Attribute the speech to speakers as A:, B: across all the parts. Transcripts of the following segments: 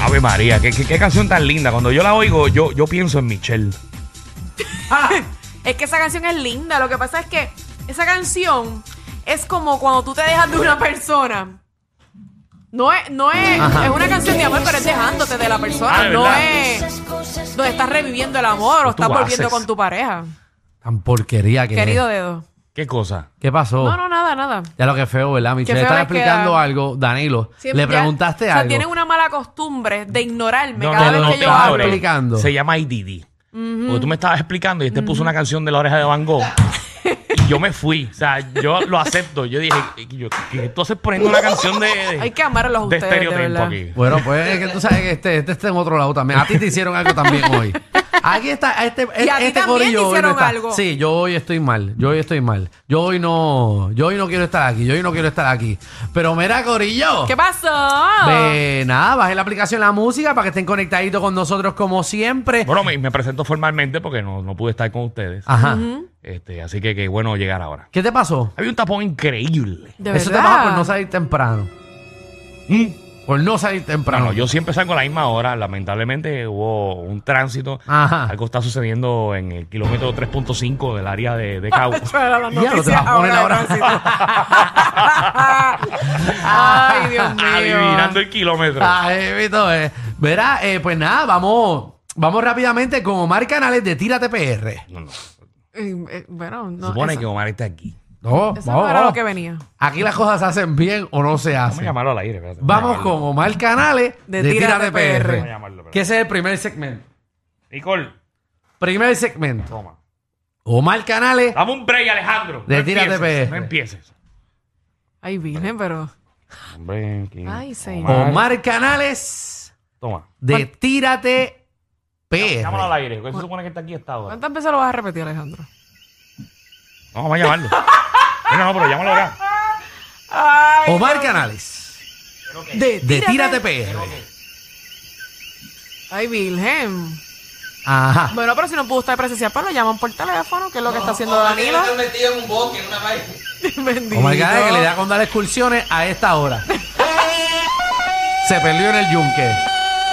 A: Ave María, qué, qué- qué canción tan linda. Cuando yo la oigo, yo, yo pienso en Michelle.
B: Es que esa canción es linda. Lo que pasa es que esa canción es como cuando tú te dejas de una persona. No es, no es, es una canción de amor, pero es dejándote de la persona.
A: Ah, de
B: no
A: verdad.
B: es donde estás reviviendo el amor o
A: tú
B: estás volviendo
A: haces?
B: con tu pareja.
C: Tan porquería que
B: Querido
C: es.
B: dedo.
A: ¿Qué cosa?
C: ¿Qué pasó?
B: No, no, nada, nada.
C: Ya lo que es feo, ¿verdad? Michelle
B: feo
C: estaba
B: le queda.
C: explicando algo, Danilo.
B: Siempre-
C: le preguntaste
B: ya- O
C: algo.
B: sea, tienen una mala costumbre de ignorarme
A: No,
B: cada
A: no,
B: vez
A: no,
B: que
A: te
B: yo
C: estaba
B: hablo.
A: adoré.
C: explicando.
A: Se llama IDD. Porque tú me estabas explicando y te puso una canción de la oreja de Van Gogh. y yo me fui. O sea, yo lo acepto. Yo dije, yo, ¿qué tú haces poniendo una canción de, de-
B: Hay que amarlos a
A: de
B: ustedes, de
A: estereotipo
B: verdad.
A: aquí?
C: Bueno, pues es que tú sabes que este, este está en otro lado también. A ti te hicieron algo también hoy. Aquí está, este,
B: Y a ti
C: este
B: también te
C: hoy
B: hicieron
C: está.
B: algo.
C: Sí, yo hoy estoy mal. Yo hoy estoy mal. Yo hoy no, yo hoy no quiero estar aquí. Yo hoy no quiero estar aquí. Pero mira, Corillo.
B: ¿Qué pasó?
C: Ve, nada, bajé la aplicación La Música para que estén conectaditos con nosotros como siempre.
A: Bueno, me, me presento formalmente porque no, no pude estar con ustedes.
B: Ah.
C: Ajá.
A: Este, así que qué bueno llegar ahora.
C: ¿Qué te pasó?
A: Había un tapón increíble.
B: De
C: Eso te
B: verdad.
C: pasa por no salir temprano.
A: ¿Mm?
C: Por no salir
A: No,
C: temprano.
A: no, yo siempre salgo a la misma hora. Lamentablemente hubo un tránsito.
C: Ajá.
A: Algo está sucediendo en el kilómetro 3.5 del área de, de Cabo.
B: Para las
C: Ya, lo te
B: noticias
C: vas a poner
B: ahora,
C: ahora.
B: Francisco. Ay, Dios mío.
A: Adivinando el kilómetro.
C: Ay, Vito, eh. Verá, eh, pues nada, vamos, vamos rápidamente con Omar Canales de Tírate PR.
A: No, no.
B: Eh, eh, Bueno,
A: Se
B: no.
A: supone
B: esa-
A: que Omar está aquí.
C: No,
B: Eso no
C: vamos,
B: era lo
C: vamos.
B: que venía.
C: Aquí las cosas se hacen bien o no se
A: Vamos a
C: hacen.
A: llamarlo al aire. espérate.
C: Vamos
A: Vamos a
C: con
A: llamarlo.
C: Omar Canales de,
B: De
C: Tírate,
B: Tírate
C: PR.
A: Vamos a llamarlo, espérate.
C: Que ese es el primer segmento.
A: Nicole,
C: Primer segmento.
A: toma.
C: Omar Canales.
A: Dame un break, Alejandro. No
C: Retírate,
A: empieces,
C: PR.
A: No empieces.
B: Ay, virgen, pero.
A: Hombre, aquí.
B: Ay, señor.
C: Omar Canales
A: Toma.
C: de Tírate
A: Llámalo al
C: PR.
A: aire. porque Se supone que está aquí esta hora.
B: ¿Cuántas veces lo vas a repetir, Alejandro?
A: No, vamos a llamarlo. No, no, pero llámalo acá.
B: Ay,
C: Omar Canales
B: de,
C: Oh, de Tírate PR.
B: Ay, virgen.
C: Ajá.
B: Bueno, pero si no pudo estar presencial, pues lo llaman por teléfono, que es lo que está haciendo Danilo. Bendito.
C: Omar Canales Oh que le da con dar excursiones a esta hora. Se perdió en el yunque.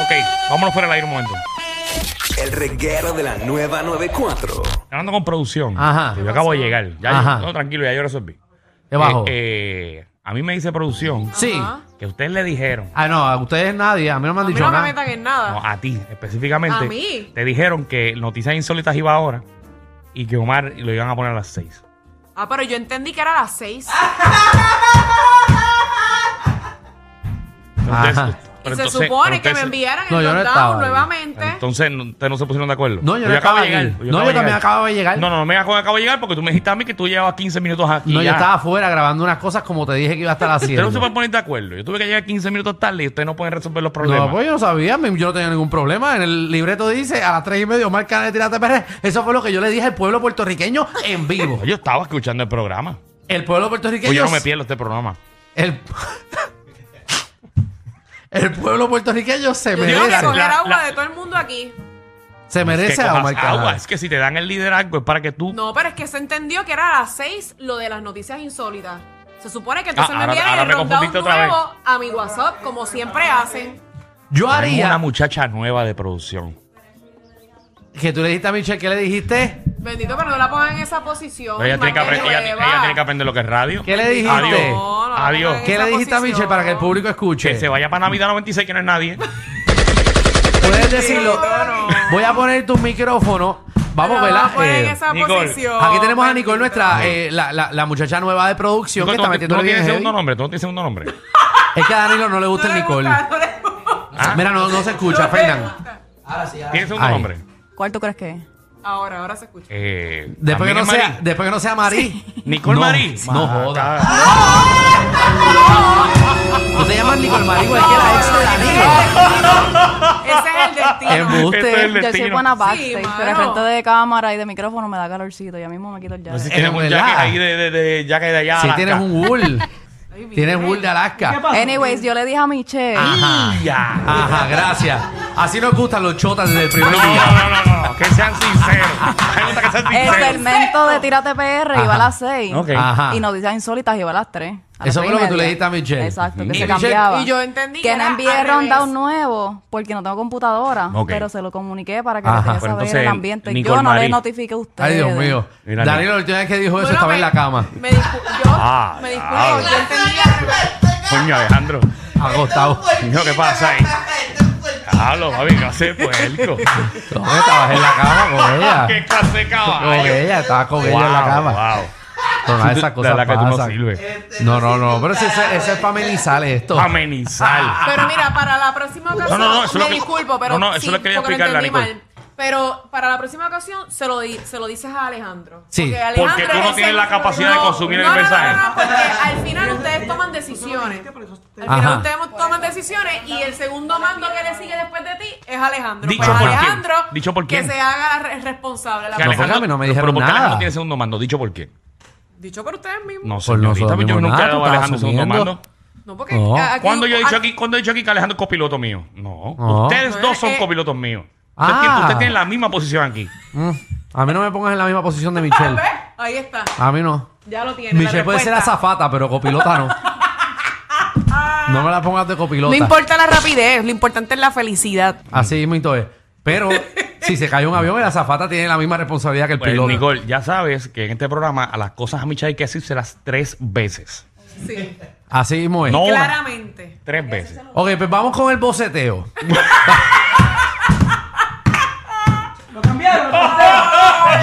A: Ok, vámonos fuera del aire un momento.
D: El reguero de la nueva 94.
A: Hablando con producción.
C: Ajá.
A: Yo acabo de llegar. Ya
C: Ajá.
A: yo- no, tranquilo, ya yo resolví.
C: ¿Qué bajó?
A: Eh, eh, a mí me dice producción
C: sí.
B: Ajá.
A: que ustedes le dijeron,
C: Ah, no, a ustedes nadie. A mí no me han
B: A mí
C: dicho
B: no me
C: nada.
B: metan en nada.
A: no, a ti específicamente,
B: ¿A mí?
A: te dijeron que Noticias Insólitas iba ahora y que Omar lo iban a poner a las 6.
B: Ah, pero yo entendí que era a las seis.
C: Ajá.
B: Y se supone que me enviaran
C: No,
B: el
C: yo no
B: lockdown
C: estaba ahí.
B: nuevamente.
A: Entonces, no- ustedes no se pusieron de acuerdo.
C: No, yo
A: Pero
C: no
A: acabo
C: estaba aquí.
A: llegar,
C: No, yo también
A: llegar.
C: acabo de llegar.
A: No, no, no me acabo, acabo de llegar porque tú me dijiste a mí que tú llevabas 15 minutos aquí.
C: No, yo
A: ya.
C: estaba afuera grabando unas cosas como te dije que iba a estar
A: Ustedes no
C: haciendo.
A: se pueden poner de acuerdo. Yo tuve que llegar 15 minutos tarde y ustedes no pueden resolver los problemas.
C: No, pues yo no sabía, mi- yo no tenía ningún problema. En el libreto dice a las tres y media Omar Canales de Tírate PR. Eso fue lo que yo le dije al pueblo puertorriqueño en vivo.
A: Yo estaba escuchando el programa.
C: El pueblo puertorriqueño.
A: Pues yo no me pierdo este programa.
C: El, el pueblo puertorriqueño se
B: Yo tengo que
C: merece.
B: coger
A: La-
B: agua
A: la-
B: de todo el mundo aquí.
C: Se
A: Es que
C: merece a
A: cojas
C: Omar
A: agua.
C: Canales.
A: Es que si te dan el liderazgo es para que tú.
B: No, pero es que se entendió que era a las 6 lo de las noticias insólitas. Se supone que entonces
A: Ah,
B: me
A: ahora-
B: envían
A: ahora
B: el
A: me confundiste
B: rundown
A: otra vez.
B: nuevo a mi WhatsApp, como siempre hacen.
C: Yo
A: Tenemos una
C: haría
A: muchacha nueva de producción.
C: que tú le dijiste a Michelle, ¿qué le dijiste?
B: Bendito, pero no la pongan en esa posición.
A: Pero ella, tiene que
B: más
A: aprender, ella,
B: nueva.
A: ella tiene que aprender lo que es radio.
C: ¿Qué le dijiste?
A: Adiós.
B: No, no,
A: Adiós.
B: no,
C: ¿Qué
B: Esa
C: le dijiste a Michelle
B: posición.
C: para que el público escuche?
A: Que se vaya para Navidad 96, que no es nadie.
C: Puedes decirlo.
B: no.
C: Voy a poner tu micrófono. Vamos,
B: No
C: ¿verdad?
B: la pongan en
C: Eh,
B: esa
A: Nicole.
B: posición.
C: Aquí tenemos a Nicole,
B: bendito.
C: nuestra, eh, la, la- la muchacha nueva de producción
A: Tú,
C: que está
A: no- tú
C: metiendo
A: no tienes
C: bien
A: segundo
C: heavy.
A: nombre, tú no tienes segundo nombre.
C: Es que a Danilo no le
B: No
C: gusta el
B: le
C: Nicole.
B: gusta, no le gusta.
A: Ah.
C: Mira, no, no se escucha,
B: No le
C: Fernán.
B: gusta.
A: ¿Tienes segundo
C: Ay.
A: nombre?
E: ¿Cuál tú crees que es?
B: Ahora, ahora se escucha.
A: Eh,
C: Después
A: También
C: que, no
A: es
C: sea,
A: Marí.
C: después que no sea Marí.
A: Nicole
C: No,
A: Marí.
C: No
A: Maca.
C: joda. Tú te llamas Nicole Marí, igual que la ex de Danilo.
B: Ese es el destino.
C: Embuste.
A: Este es el
E: Yo soy
A: destino.
E: buena
B: Sí,
E: backstage, pero el
B: mano.
E: frente de cámara y de micrófono me da calorcito. Ya mismo me quito el
A: No
E: llave.
A: sé si
C: Es
A: tienes un
C: verdad.
A: jacket ahí de, de, de jacket de allá.
C: Si
A: Alaska.
C: tienes un wool.
B: Ay, bien.
C: Tienes wool de Alaska.
E: Anyways, yo le dije a Michelle.
C: Ajá.
A: Ya.
C: Ah. Ajá, gracias. Así nos gustan los chotas desde el primer
A: No,
C: día.
A: no, no, no. Que sean sinceros.
C: Ah.
A: Me gusta que sean
E: El
A: sinceros.
E: segmento de Tírate PR iba a las 6.
A: Ok.
C: Ajá.
E: Y noticias insólitas iba a las 3.
C: Eso fue lo que tú le dijiste a Michelle.
E: Exacto,
C: Mm.
E: que
C: Y
E: se
C: Michelle-
E: cambiaba.
B: y yo entendí que
E: que no
B: era
E: envié
B: al
E: rundown
B: revés.
E: nuevo porque no tengo computadora.
A: Ok.
E: Pero se lo comuniqué para que
C: Ajá.
E: lo tenga
C: Pues
E: saber
A: entonces,
E: el ambiente.
A: Nicole
E: yo no
A: Marí.
E: le notifiqué a ustedes.
C: Ay, Dios mío.
A: Mira,
C: Daniel, la última vez que dijo eso
B: Bueno,
C: estaba
B: me-
C: en la cama.
B: Me discu- yo
A: Ah,
B: me
A: ah.
B: disculpo, yo entendí al revés.
A: Coño, Alejandro.
C: Acostado.
A: Niño, ¿qué pasa ahí? Hablo, papi, ¿qué hace puerco?
C: No, estabas en la cama con ella.
A: ¿Qué clase de
C: Con
A: caballo?
C: Ah. ella, estabas con
A: Wow,
C: ella en la cama.
A: wow.
C: Con
A: Tú-
C: esas
A: de
C: cosas
A: la que tú no
C: pasan.
A: sirves.
B: Este,
C: No, no, no, pero si ese, ese es para amenizar esto. Ah.
A: Amenizar.
B: Pero mira, para la próxima ocasión,
A: no, no, eso es
B: me
A: lo que-
B: disculpo, pero
A: no, no, eso
B: sí,
A: es lo que quería
B: porque
A: explicarle a
B: entendí
A: Nicole.
B: mal. Pero para la próxima ocasión se lo, di- se lo dices a Alejandro.
C: Sí,
A: porque tú no
B: es
A: tienes
B: el-
A: la capacidad de consumir el
B: no, no,
A: mensaje.
B: No, no, no, porque al final ustedes toman decisiones. Al final
C: Ajá.
B: ustedes toman decisiones y el segundo mando que le sigue después de ti es Alejandro.
A: Dicho
B: pues
A: por quién.
B: Alejandro,
A: Dicho por quién.
B: que se haga re- responsable. La
A: Que
C: No,
B: persona.
C: porque a mí no me
A: pero
C: dijeron
A: ¿por qué Alejandro
C: nada.
A: tiene segundo mando? Dicho por qué.
B: Dicho por ustedes mismos.
A: No,
B: No,
C: Por
A: señorita, pues
C: nosotros
A: yo
C: mismos
A: nunca
C: nada,
A: he dado
C: tú
A: a
C: estabas
A: Alejandro segundo
C: asumiendo.
A: mando.
B: porque
C: No.
B: a- aquí-
A: ¿Cuándo yo he dicho
B: a-
A: aquí, cuándo he dicho aquí que Alejandro es copiloto mío? No.
C: No.
A: Ustedes
B: No,
A: dos
B: eh,
A: son
B: eh.
A: copilotos míos.
C: Ah.
A: Ustedes tienen- Ustedes tienen la misma posición aquí.
C: Mm, A mí no me pongas en la misma posición de Michelle.
B: ¿Ves? Ahí está.
C: A mí no.
B: Ya lo Ah, pues. tiene.
C: Michelle puede ser azafata, pero copilota no. No me la pongas de
B: No
C: copilota.
B: importa la rapidez, lo importante es la felicidad.
C: Así mismo es. Pero si se cae un avión, la azafata tiene la misma responsabilidad que el
A: Pues,
C: piloto.
A: Nicole, ya sabes que en este programa a las cosas a Michelle hay que decirse las tres veces.
B: Sí.
C: Así mismo es.
A: No. Ahora.
B: Claramente.
A: Tres veces.
C: Ok, pues vamos con el boceteo.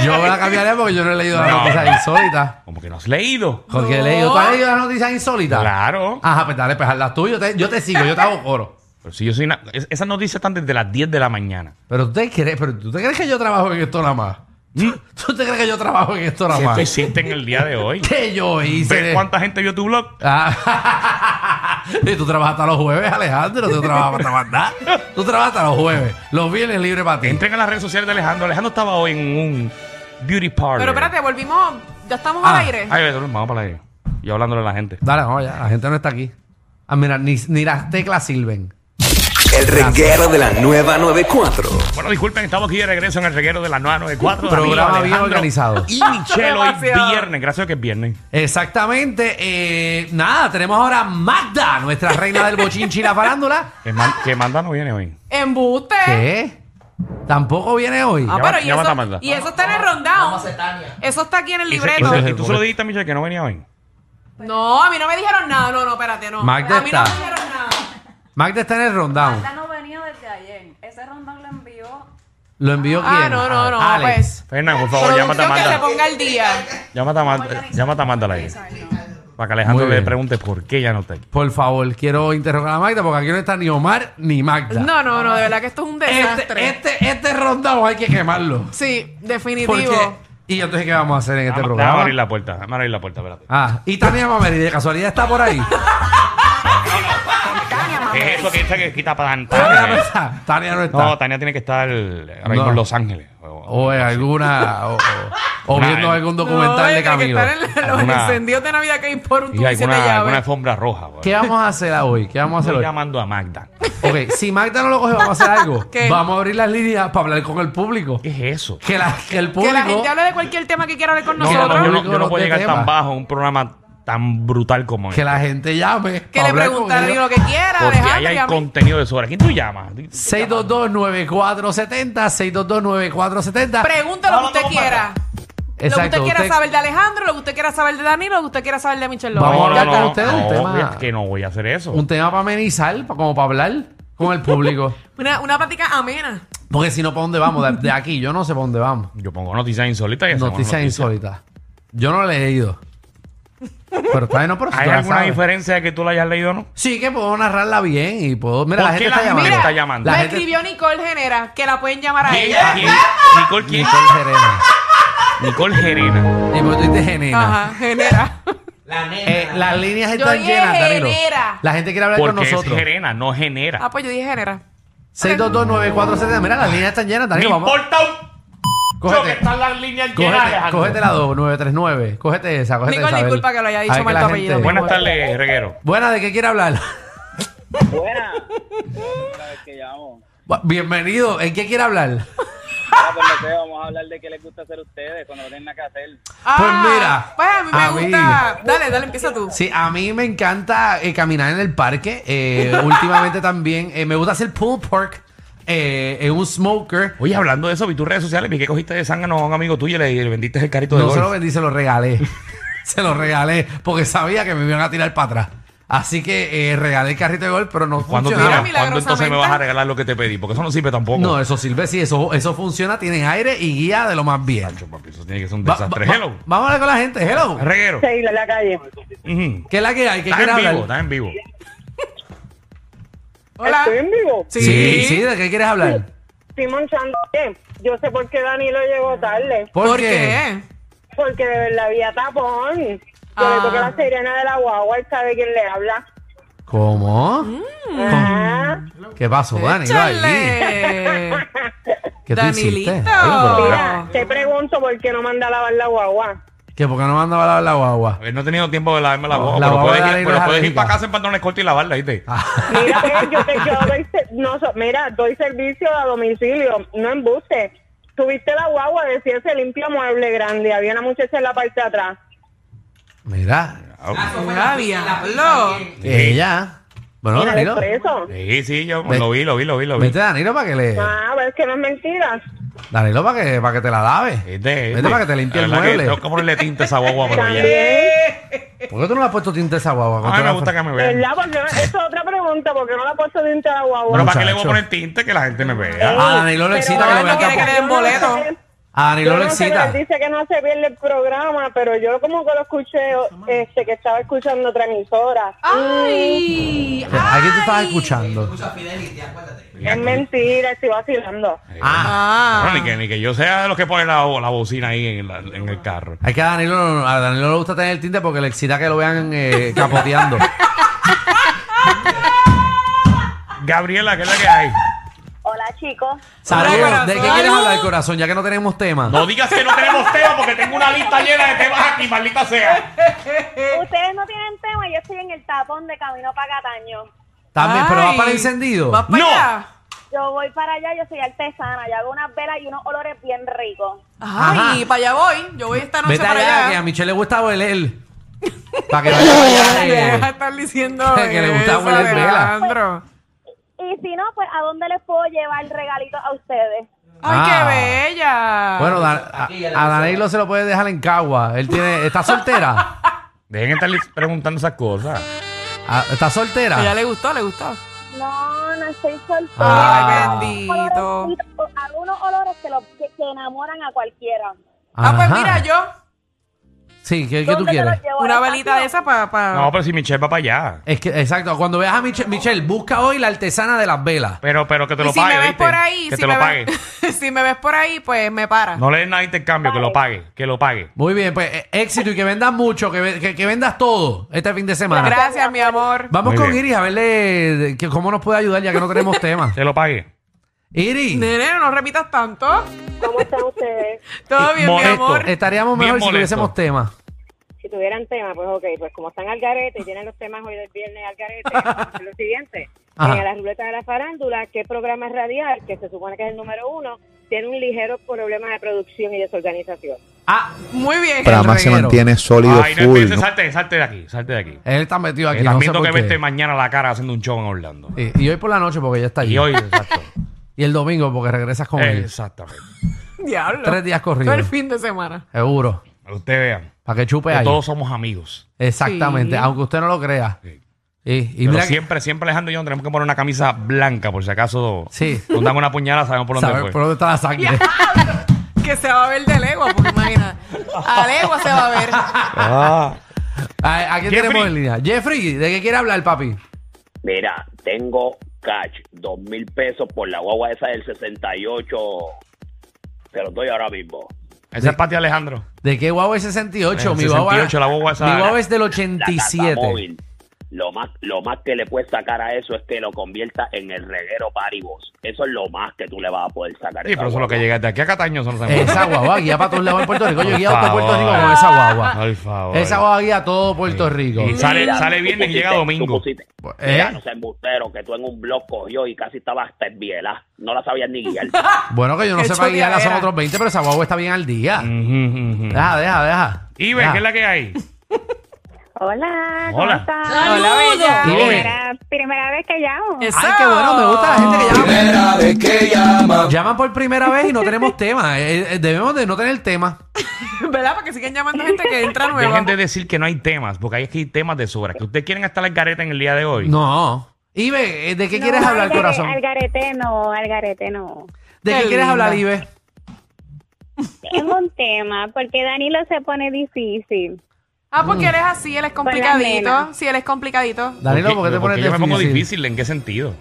C: Yo me la cambiaré porque yo no he leído las
A: No.
C: noticias insólitas.
A: Como que no has leído.
C: Porque he
B: No.
C: leído. ¿Tú has leído las noticias insólitas?
A: Claro.
C: Ajá, pues dale, pues hazlas tú. Yo te, yo te sigo, yo te hago coro.
A: Pero si yo soy una- es- esas noticias están desde las 10 de la mañana.
C: Pero tú te crees, pero tú te crees que yo trabajo en esto nada más. ¿Mm? ¿Tú te crees que yo trabajo en esto nada
A: ¿Qué tú
C: más?
A: hiciste en el día de hoy?
C: ¿Qué yo hice?
A: ¿Ves cuánta gente vio tu blog?
C: Ah, y tú trabajas hasta los jueves, Alejandro. Tú trabajas hasta mandar. Tú trabajas hasta los jueves. Los viernes libre para ti.
A: Entren a las redes sociales de Alejandro. Alejandro estaba hoy en un beauty parlor.
B: Pero espérate, volvimos. Ya estamos
C: Ah,
B: al aire.
A: Ay, ve, vamos para ahí. Yo hablándole a la gente.
C: Dale, no, ya, la gente no está aquí. Ah, mira, ni, ni las teclas sirven.
D: El reguero de la nueva 94.
A: Bueno, disculpen, estamos aquí de regreso en el reguero de la 994.
C: Programa
A: Danilo,
C: bien
A: Alejandro
C: organizado.
A: Y Michelle hoy
B: Demasiado.
A: viernes. Gracias que es viernes.
C: Exactamente. eh, nada, tenemos ahora Magda, nuestra reina del bochinchi y la farándula.
A: Que, man- que manda no viene hoy.
B: Embuste.
C: ¿Qué? ¿Tampoco viene hoy.
B: Ah,
A: Ya
B: pero
A: va-
B: y
A: ya va
B: eso,
A: Tamanda.
B: y eso está en el rundown. Eso está aquí en el
A: Y, se- y
B: libreto.
A: se- y tú se lo dijiste a Michelle que no venía hoy.
B: No, a mí no me dijeron nada. No, no, espérate, no.
C: Magda
B: a mí
C: está.
B: no me dijeron nada.
C: Magda está en el rundown.
E: no venía desde ayer. Ese rundown lo envió.
C: ¿Lo envió quién?
B: Ah, no, no, no.
C: Alex.
B: Pues.
A: Fernan, por favor,
B: Producción
A: llámate a
B: que se
A: Amanda.
B: ponga al día.
A: Llámate a Amanda, llámate a Amanda la hija. Para que Alejandro
C: Muy
A: le
C: bien.
A: pregunte por qué ya no está aquí.
C: Por favor, quiero interrogar a Magda porque aquí no está ni Omar ni Magda.
B: No, no, no, de verdad que esto es un desastre.
C: Este, este, este rondado hay que quemarlo.
B: Sí,
C: Porque,
B: definitivo.
C: ¿Y entonces qué vamos a hacer en este
A: Déjame- déjame abrir
C: programa?
A: la puerta, déjame abrir la puerta, espérate.
C: Ah, y Tania Mameri, de casualidad está por ahí.
B: Ah.
A: ¿Qué es eso que dice que quita para
C: Tania no
A: Tania?
C: está. Tania no
A: No,
C: está.
A: Tania tiene que estar ahora mismo
C: No. Oh.
A: en Los Ángeles.
C: O en alguna. O, o- o
A: Nah,
C: viendo
A: eh.
C: algún
B: No,
C: documental
B: el
C: de
B: que
C: Camilo.
B: está en la- los
A: Alguna-
B: incendios de Navidad que hay por un
A: Y
B: tubo y siete
A: alguna, alguna
B: llaves.
A: alfombra roja. güey.
C: ¿Qué vamos a hacer hoy? ¿Qué vamos a hacer
A: Estoy
C: hoy?
A: llamando a Magda.
C: Ok, si Magda no lo coge, vamos a hacer algo.
B: ¿Qué?
C: Vamos a abrir las líneas para hablar con el público.
A: ¿Qué es eso?
C: Que, la- que el público.
B: Que la gente hable de cualquier tema que quiera hablar con
A: No,
C: que
A: no,
B: nosotros.
A: no, yo no, yo
C: público
A: no
C: nos
A: puedo
C: dé
A: llegar
C: tema.
A: tan bajo en un programa tan brutal como
C: que
A: este.
C: la gente llame.
B: Que le preguntan lo que quiera,
A: Porque ahí
B: Alejandro. y
A: hay
B: a mí.
A: contenido de sobra. ¿Quién tú llamas?
C: 622-9470, 622-9470.
B: Pregunta lo que usted quiera. lo que
C: Exacto,
B: usted quiera
C: usted-
B: saber de Alejandro, lo que usted quiera saber de Danilo, lo que usted quiera saber de Michelle López.
C: Vamos a
B: Ya
C: hablar con
B: está.
C: ustedes un tema.
A: fíjate que no voy a hacer eso.
C: Un tema para amenizar, pa- como para hablar con el público.
B: Una, una plática amena.
C: Porque si no, ¿para dónde vamos? De, de aquí, yo no sé para dónde vamos.
A: Yo pongo noticias insólitas y hacemos
C: Noticias insólitas. Yo no le he leído. Pero está bien, no, pero si
A: ¿Hay
C: tú la
A: alguna
C: sabes.
A: diferencia de que tú la hayas leído o no?
C: Sí, que puedo narrarla bien y puedo. Mira, la
A: ¿Por qué
C: gente está
A: la
C: llamando.
A: gente está llamando?
C: La
B: me
C: gente-
B: escribió Nicole Genera, que la pueden llamar a
A: ¿Quién?
B: ella.
A: ¿Quién? Nicole, ¿quién?
C: Nicole Serena.
A: Nicole Gerena.
C: Y pues tú dices Genena.
B: Ajá, Genera.
C: Eh, las líneas están
B: dije
C: llenas, Danilo.
B: Genera.
C: La gente quiere hablar con
A: Porque es
C: nosotros.
A: Gerena, no genera.
B: Ah, pues yo dije Genera.
C: 6229470. Mira, las líneas están llenas,
A: Me
C: Danilo. pues, Vamos.
A: importa un
C: Cógete.
A: Yo que están las líneas llenas,
C: Cógete,
A: Alejandro.
C: cógete la 2939. Cógete esa, cógete
B: Nicole,
C: esa. a ver.
B: disculpa que lo haya
C: A
B: dicho
C: ver
B: mal
C: que
B: tu
C: la
B: apellido.
C: gente-
A: Buenas tardes, reguero.
C: Buena, ¿de qué quiere hablar?
F: Buena. Primera vez que llamo.
C: Bienvenido. ¿En qué quiere hablar?
F: Ah, pues no sé, vamos a hablar de qué les gusta hacer ustedes cuando no tienen nada que hacer.
B: Ah,
C: mira,
B: Pues a mí me
C: a mí-
B: gusta. Dale, dale, empieza tú.
C: Sí, a mí me encanta eh, caminar en el parque. eh, últimamente también eh, me gusta hacer pull pork eh, en un smoker.
A: Oye, hablando de eso, vi tus redes sociales, vi que cogiste de zángano a un amigo tuyo y le, le vendiste el carrito de
C: No se lo
A: golf.
C: vendí, se lo regalé. se lo regalé porque sabía que me iban a tirar para atrás. Así que eh, regalé el carrito de golf, pero no
A: ¿Cuándo, te-
C: funcionaba.
B: Mira,
A: ¿Cuándo entonces me vas a
B: milagrosamente.
A: regalar lo que te pedí? Porque eso no sirve tampoco.
C: No, eso sirve, sí, eso, eso funciona, tiene aire y guía de lo más bien.
A: Nacho, papi, eso tiene que ser un
C: Va-
A: desastre.
C: va-
A: Hello.
C: Vamos a hablar con la gente, hello.
A: Reguero.
G: seguirlo en la calle.
A: Ujú.
C: ¿Qué es la que hay? ¿Qué
A: Estás
C: quieres
A: en vivo,
C: hablar?
A: estás en vivo.
B: Hola.
G: Estoy en vivo.
B: Sí.
C: Sí, sí, ¿de qué quieres hablar?
G: Estoy manchando. Oye, Yo sé por qué Danilo llegó tarde.
C: ¿Por, qué?
G: Porque de verdad había tapón. Yo
B: Ah.
G: le toqué la sirena de la guagua. Él sabe quién le habla.
C: ¿Cómo?
G: Ah,
C: ¿Qué pasó, Dani? Lo ahí.
B: Échale.
C: Pues ¿Qué tú hiciste?
B: Danilito.
C: Oye, pero-
G: mira, te pregunto por qué no manda a lavar la guagua.
C: ¿Qué? ¿Por qué no mandaba a lavar la guagua?
A: A ver, no he tenido tiempo de lavarme la
C: No,
A: boca,
C: la Ah.
A: pero
C: boca de
A: puedes,
C: Dani
A: ir,
C: no es
A: pero puedes ir
C: alérgica.
A: para casa en pantalones cortos y lavarla, ¿viste?
G: Mira, pues, yo te yo doy, se- no, so- mira, doy servicio a domicilio, no embuste. Tuviste la guagua, decía ese limpio mueble grande, había una muchacha en la parte de atrás.
C: Mira,
A: Ah,
B: Hola, diablo.
C: ella. Bueno,
G: Mira, el
C: Danilo.
G: expreso.
A: Sí, sí, yo
C: Ve-
A: lo vi, lo vi, lo vi, lo vi.
C: Vete, Danilo, para que le.
G: Ah, ves que no es mentira.
C: Danilo, para que, para que te la lave.
A: Este,
C: Vete para que te limpie
A: la
C: el
A: verdad que
C: mueble.
A: Tengo que ponerle tinta a esa guagua, pero ya.
G: También.
C: ¿Por qué tú no le has puesto tinta a esa guagua?
A: A mí me gusta que me vean.
G: ¿Verdad? Porque esa es otra pregunta, porque no la he puesto dentro de la guagua.
A: Pero ¿para qué le voy a
C: Muchacho.
A: poner tinta que la gente me vea?
C: Ah, Danilo le excita que lo vean
G: vea
C: tampoco.
B: que le den boleto.
C: A Danilo le
G: no sé,
C: excita.
G: él dice que no se pierde el programa, pero yo como que lo escuché, este, que estaba escuchando otra emisora.
B: Ay.
C: ¿A quién te estabas escuchando?
G: Es mentira, estoy vacilando.
C: Ah,
B: Ah.
A: Bueno, ni, que, ni que yo sea de los que ponen la, la bocina ahí en, la- en el carro.
C: es que a Danilo, a Danilo le gusta tener el tinte porque le excita que lo vean eh, capoteando.
A: Gabriela, ¿qué es la que hay?
G: Hola, chicos.
C: Saludos.
B: corazón.
C: ¿De qué quieres hablar, corazón? Ya que no tenemos tema.
A: No digas que no tenemos tema porque tengo una lista llena de temas aquí, maldita sea.
G: Ustedes no tienen tema, yo estoy en el tapón de camino para Cataño.
C: También, pero va
B: Ay.
C: para el encendido.
B: ¿Vas para
A: No.
B: allá?
G: Yo voy para allá, yo soy artesana, yo hago unas velas y unos olores bien ricos.
B: Ay,
C: Ajá.
B: para allá voy. Yo voy esta noche
C: Vete
B: para
C: allá,
B: allá.
C: que a Michelle le gusta oler. Para que vaya para allá.
B: Deja de
C: eh.
B: estar diciendo
C: Que le gusta
B: eso,
C: huele vela.
B: Alejandro.
G: Y si no, pues, ¿a dónde les puedo llevar regalitos a ustedes?
B: Ay,
C: Ah.
B: qué bella.
C: Bueno, Dan- a, a Danilo se lo puede dejar en Cagua. Él tiene, está soltera.
A: Dejen de estar preguntando esas cosas.
C: Ah, está
B: A ella
C: soltera.
B: le gustó, le gustó.
G: No, no estoy soltera.
B: Ay,
C: Ah.
B: bendito.
G: Algunos olores que, lo- que, que enamoran a cualquiera.
B: Ah, pues
C: Ajá.
B: mira, yo
C: Sí, ¿qué, qué tú
G: ¿Dónde te
C: quieres?
G: los llevo?
B: una
G: ¿Al
B: velita de
G: patio?
B: esa para...
A: No, pero si Michelle va para allá.
C: Es que, exacto. Cuando veas a Michelle, Michelle, busca hoy la artesana de las velas.
A: Pero, pero que te lo
B: si
A: pague.
B: me ves
A: ¿viste?
B: por ahí,
A: que
B: si
A: te
B: me
A: lo pague.
B: ves, si me ves por ahí, pues me para.
A: No le den nada de intercambio, que lo pague, que lo pague.
C: Muy bien, pues eh, éxito y que vendas mucho, que, ve- que- que vendas todo este fin de semana.
B: Gracias, mi amor.
C: Vamos
A: Muy
C: con
A: bien.
C: Iris a verle de- que cómo nos puede ayudar ya que no tenemos tema.
A: Que lo pague.
C: Iris,
B: Nene, no repitas tanto.
G: ¿Cómo están ustedes?
B: Todo bien, mi
A: Molesto.
B: amor.
C: estaríamos
A: Bien
C: mejor si
A: molesto.
C: tuviésemos tema.
G: Si tuvieran tema, pues ok, pues como están al garete y tienen los temas hoy del viernes al garete, vamos a hacer lo siguiente.
C: Ajá.
G: En la ruleta de la farándula, ¿qué programa es radial, que se supone que es el número uno, tiene un ligero problema de producción y desorganización?
C: Ah,
B: Muy bien.
C: Pero-
H: programa se
C: reguero.
H: mantiene sólido,
A: Ay, no
H: full.
A: empieces,
H: ¿no?
A: salte, salte de aquí, salte de aquí.
C: él está metido aquí.
A: Que
C: no sé
A: también tengo
C: por
A: que
C: qué.
A: verte mañana la cara haciendo un show en Orlando.
C: Y, y hoy por la noche porque ella está allí.
A: Y hoy, exacto.
C: Y el domingo porque regresas con
A: Eh,
C: él.
A: Exactamente.
B: Diablo.
C: Tres días
B: Todo el
C: corridos.
B: fin de semana.
C: Seguro.
A: Para que ustedes vean.
C: Para que chupe
A: que
C: Pues ahí.
A: todos somos amigos.
C: Exactamente,
B: Sí.
C: aunque usted no lo crea.
A: Sí.
C: Y, y
A: Pero
C: mira que-
A: siempre, siempre Alejandro y yo tenemos que poner una camisa blanca, por si acaso
C: Sí.
A: nos dan una puñalada, sabemos por dónde
C: saber
A: fue.
C: por dónde está la sangre.
B: Que se va a ver de legua, porque imagina. A legua se va a ver.
A: Ah.
C: ¿A, a quién
A: Jeffrey.
C: tenemos en línea? Jeffrey, ¿de qué quiere hablar, papi?
I: Mira, tengo cash, dos mil pesos por la guagua esa del 68. Te lo doy ahora mismo.
A: Ese es para ti, Alejandro.
C: ¿De qué Huawei 68?
A: El
C: Mi guagua,
A: 68, la guagua esa-
C: mi guagua es del
I: La casa
C: 87.
I: móvil. Lo más, lo más que le puedes sacar a eso es que lo convierta en el reguero paribos. Eso es lo más que tú le vas a poder sacar. a
A: Sí,
I: esa
A: pero eso es lo que
I: guagua.
A: llega de aquí a Cataño. Eso no se mueve.
C: Esa guagua guía para todos lados en Puerto Rico. Yo
A: Por
C: guía a todo Puerto
A: favor.
C: Rico con esa guagua.
A: Por favor.
C: Esa guagua guía a todo Puerto Rico.
A: Y sale,
I: Mira,
A: sale
I: tú
A: viernes y llega
I: pusiste- tú
A: domingo.
I: pusiste-
C: ¿Eh?
I: Mira, no seas embustero, que tú en un blog cogió y casi estabas hasta en biela. No la sabías ni guiar.
C: Bueno, que yo no
B: Qué
C: sepa guiarla son
B: choteadera.
C: otros 20, pero esa guagua está bien al día.
A: Ujú, ujú.
C: Deja, deja, deja.
A: Iber,
C: Deja.
A: ¿qué es la Mm. que hay?
G: Hola,
A: ¿cómo Hola. estás?
B: Hola, bella.
C: Iber.
G: Primera, primera vez que llamo.
C: Ay, qué bueno, me gusta la gente que llama.
D: Primera vez que llama.
C: Llaman por primera vez y no tenemos tema. Eh, eh, debemos de no tener tema.
B: ¿Verdad? Porque siguen llamando gente que entra nueva.
A: Dejen de decir que no hay temas, porque hay aquí temas de sobra. Que ustedes quieren estar la careta en el día de hoy.
C: No. Ibe, eh, ¿de qué
G: No,
C: quieres hablar,
G: algare-
C: corazón?
G: Algarete no, algarete no.
C: ¿De qué,
B: Qué
C: quieres
B: linda.
C: hablar, Ibe?
G: Tengo un tema, porque Danilo se pone difícil.
B: Ah, porque eres así, él es
G: Buenas,
B: complicadito.
G: nena.
B: Sí, él es complicadito.
C: Danilo, ¿por qué te pones
A: yo me pongo difícil? ¿En qué sentido?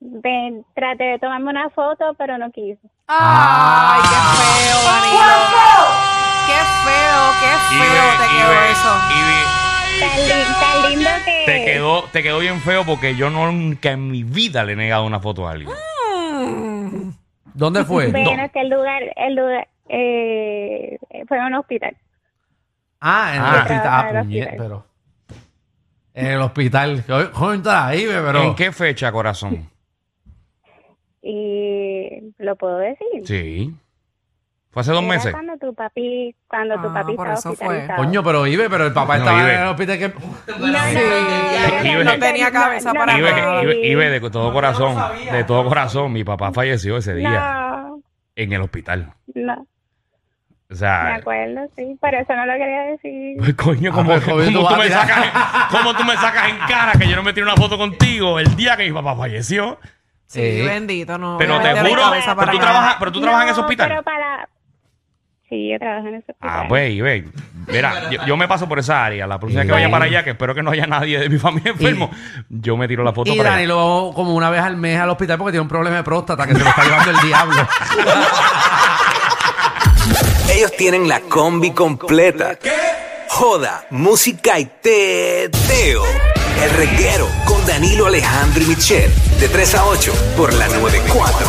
G: Ven, traté de tomarme una foto, pero no quiso.
C: Ah.
B: Ay, qué feo, Danilo. Qué feo, qué feo te quedó
A: Ibe,
B: eso.
A: Ibe,
G: Tan, lin- tan lindo que...
A: te quedó, te quedó bien feo porque yo nunca en mi vida le he negado una foto a alguien.
C: ¿Dónde fue?
G: Bueno,
A: No.
G: es que el lugar, el lugar, eh, fue a un hospital.
C: Ah, en el
A: Ah.
C: hospital.
G: Trabaja
C: Ah,
G: en el
C: puñe-
G: hospital.
C: pero. En el hospital. Oye, Junta, Ibe, pero.
A: ¿En qué fecha, corazón?
G: Y lo puedo decir.
A: Sí. Fue hace dos
G: Era
A: meses.
G: cuando tu papi, cuando tu
B: Ah,
G: papi
B: por eso
G: estaba
B: fue.
G: hospitalizado.
C: Coño, pero Ibe, pero el papá
A: No,
C: estaba
A: Ibe.
C: en el hospital que.
G: No, no, no,
A: Ibe.
G: no,
A: No
B: tenía cabeza
G: no,
B: para
G: no,
A: Ibe,
B: nada.
A: Ibe- Ibe, de todo corazón, de todo corazón, mi papá falleció ese día
G: No,
A: en el hospital.
G: no,
A: O
G: me
A: sea,
G: acuerdo, sí, pero eso no lo quería decir.
A: pues, coño,
C: Ah,
A: como,
C: pues,
A: como
C: coño, tú
A: tú,
C: vas a
A: me
C: tirar.
A: sacas, como tú me sacas en cara que yo no me tiré una foto contigo el día que mi papá falleció.
B: Sí,
C: Eh,
B: bendito, no.
A: Pero
B: no
A: te
B: tenía
A: juro,
B: cabeza
A: pero
B: para
A: tú,
B: nada.
A: trabajas, pero tú trabajas en ese
G: No, Pero
A: hospital.
G: para... Sí, yo trabajo en ese hospital.
A: Ah, pues, Ibe, mira, yo, yo me paso por esa área. La próxima vez que vaya para allá, que espero que no haya nadie de mi familia enfermo, yo me tiro la foto
C: Y
A: para allá.
C: Danilo va como una vez al mes al hospital porque tiene un problema de próstata que se lo está llevando el diablo.
D: Ellos tienen la combi completa. Joda, música y teo. El reguero con Danilo Alejandro y Michel. De 3 a 8 por la 94.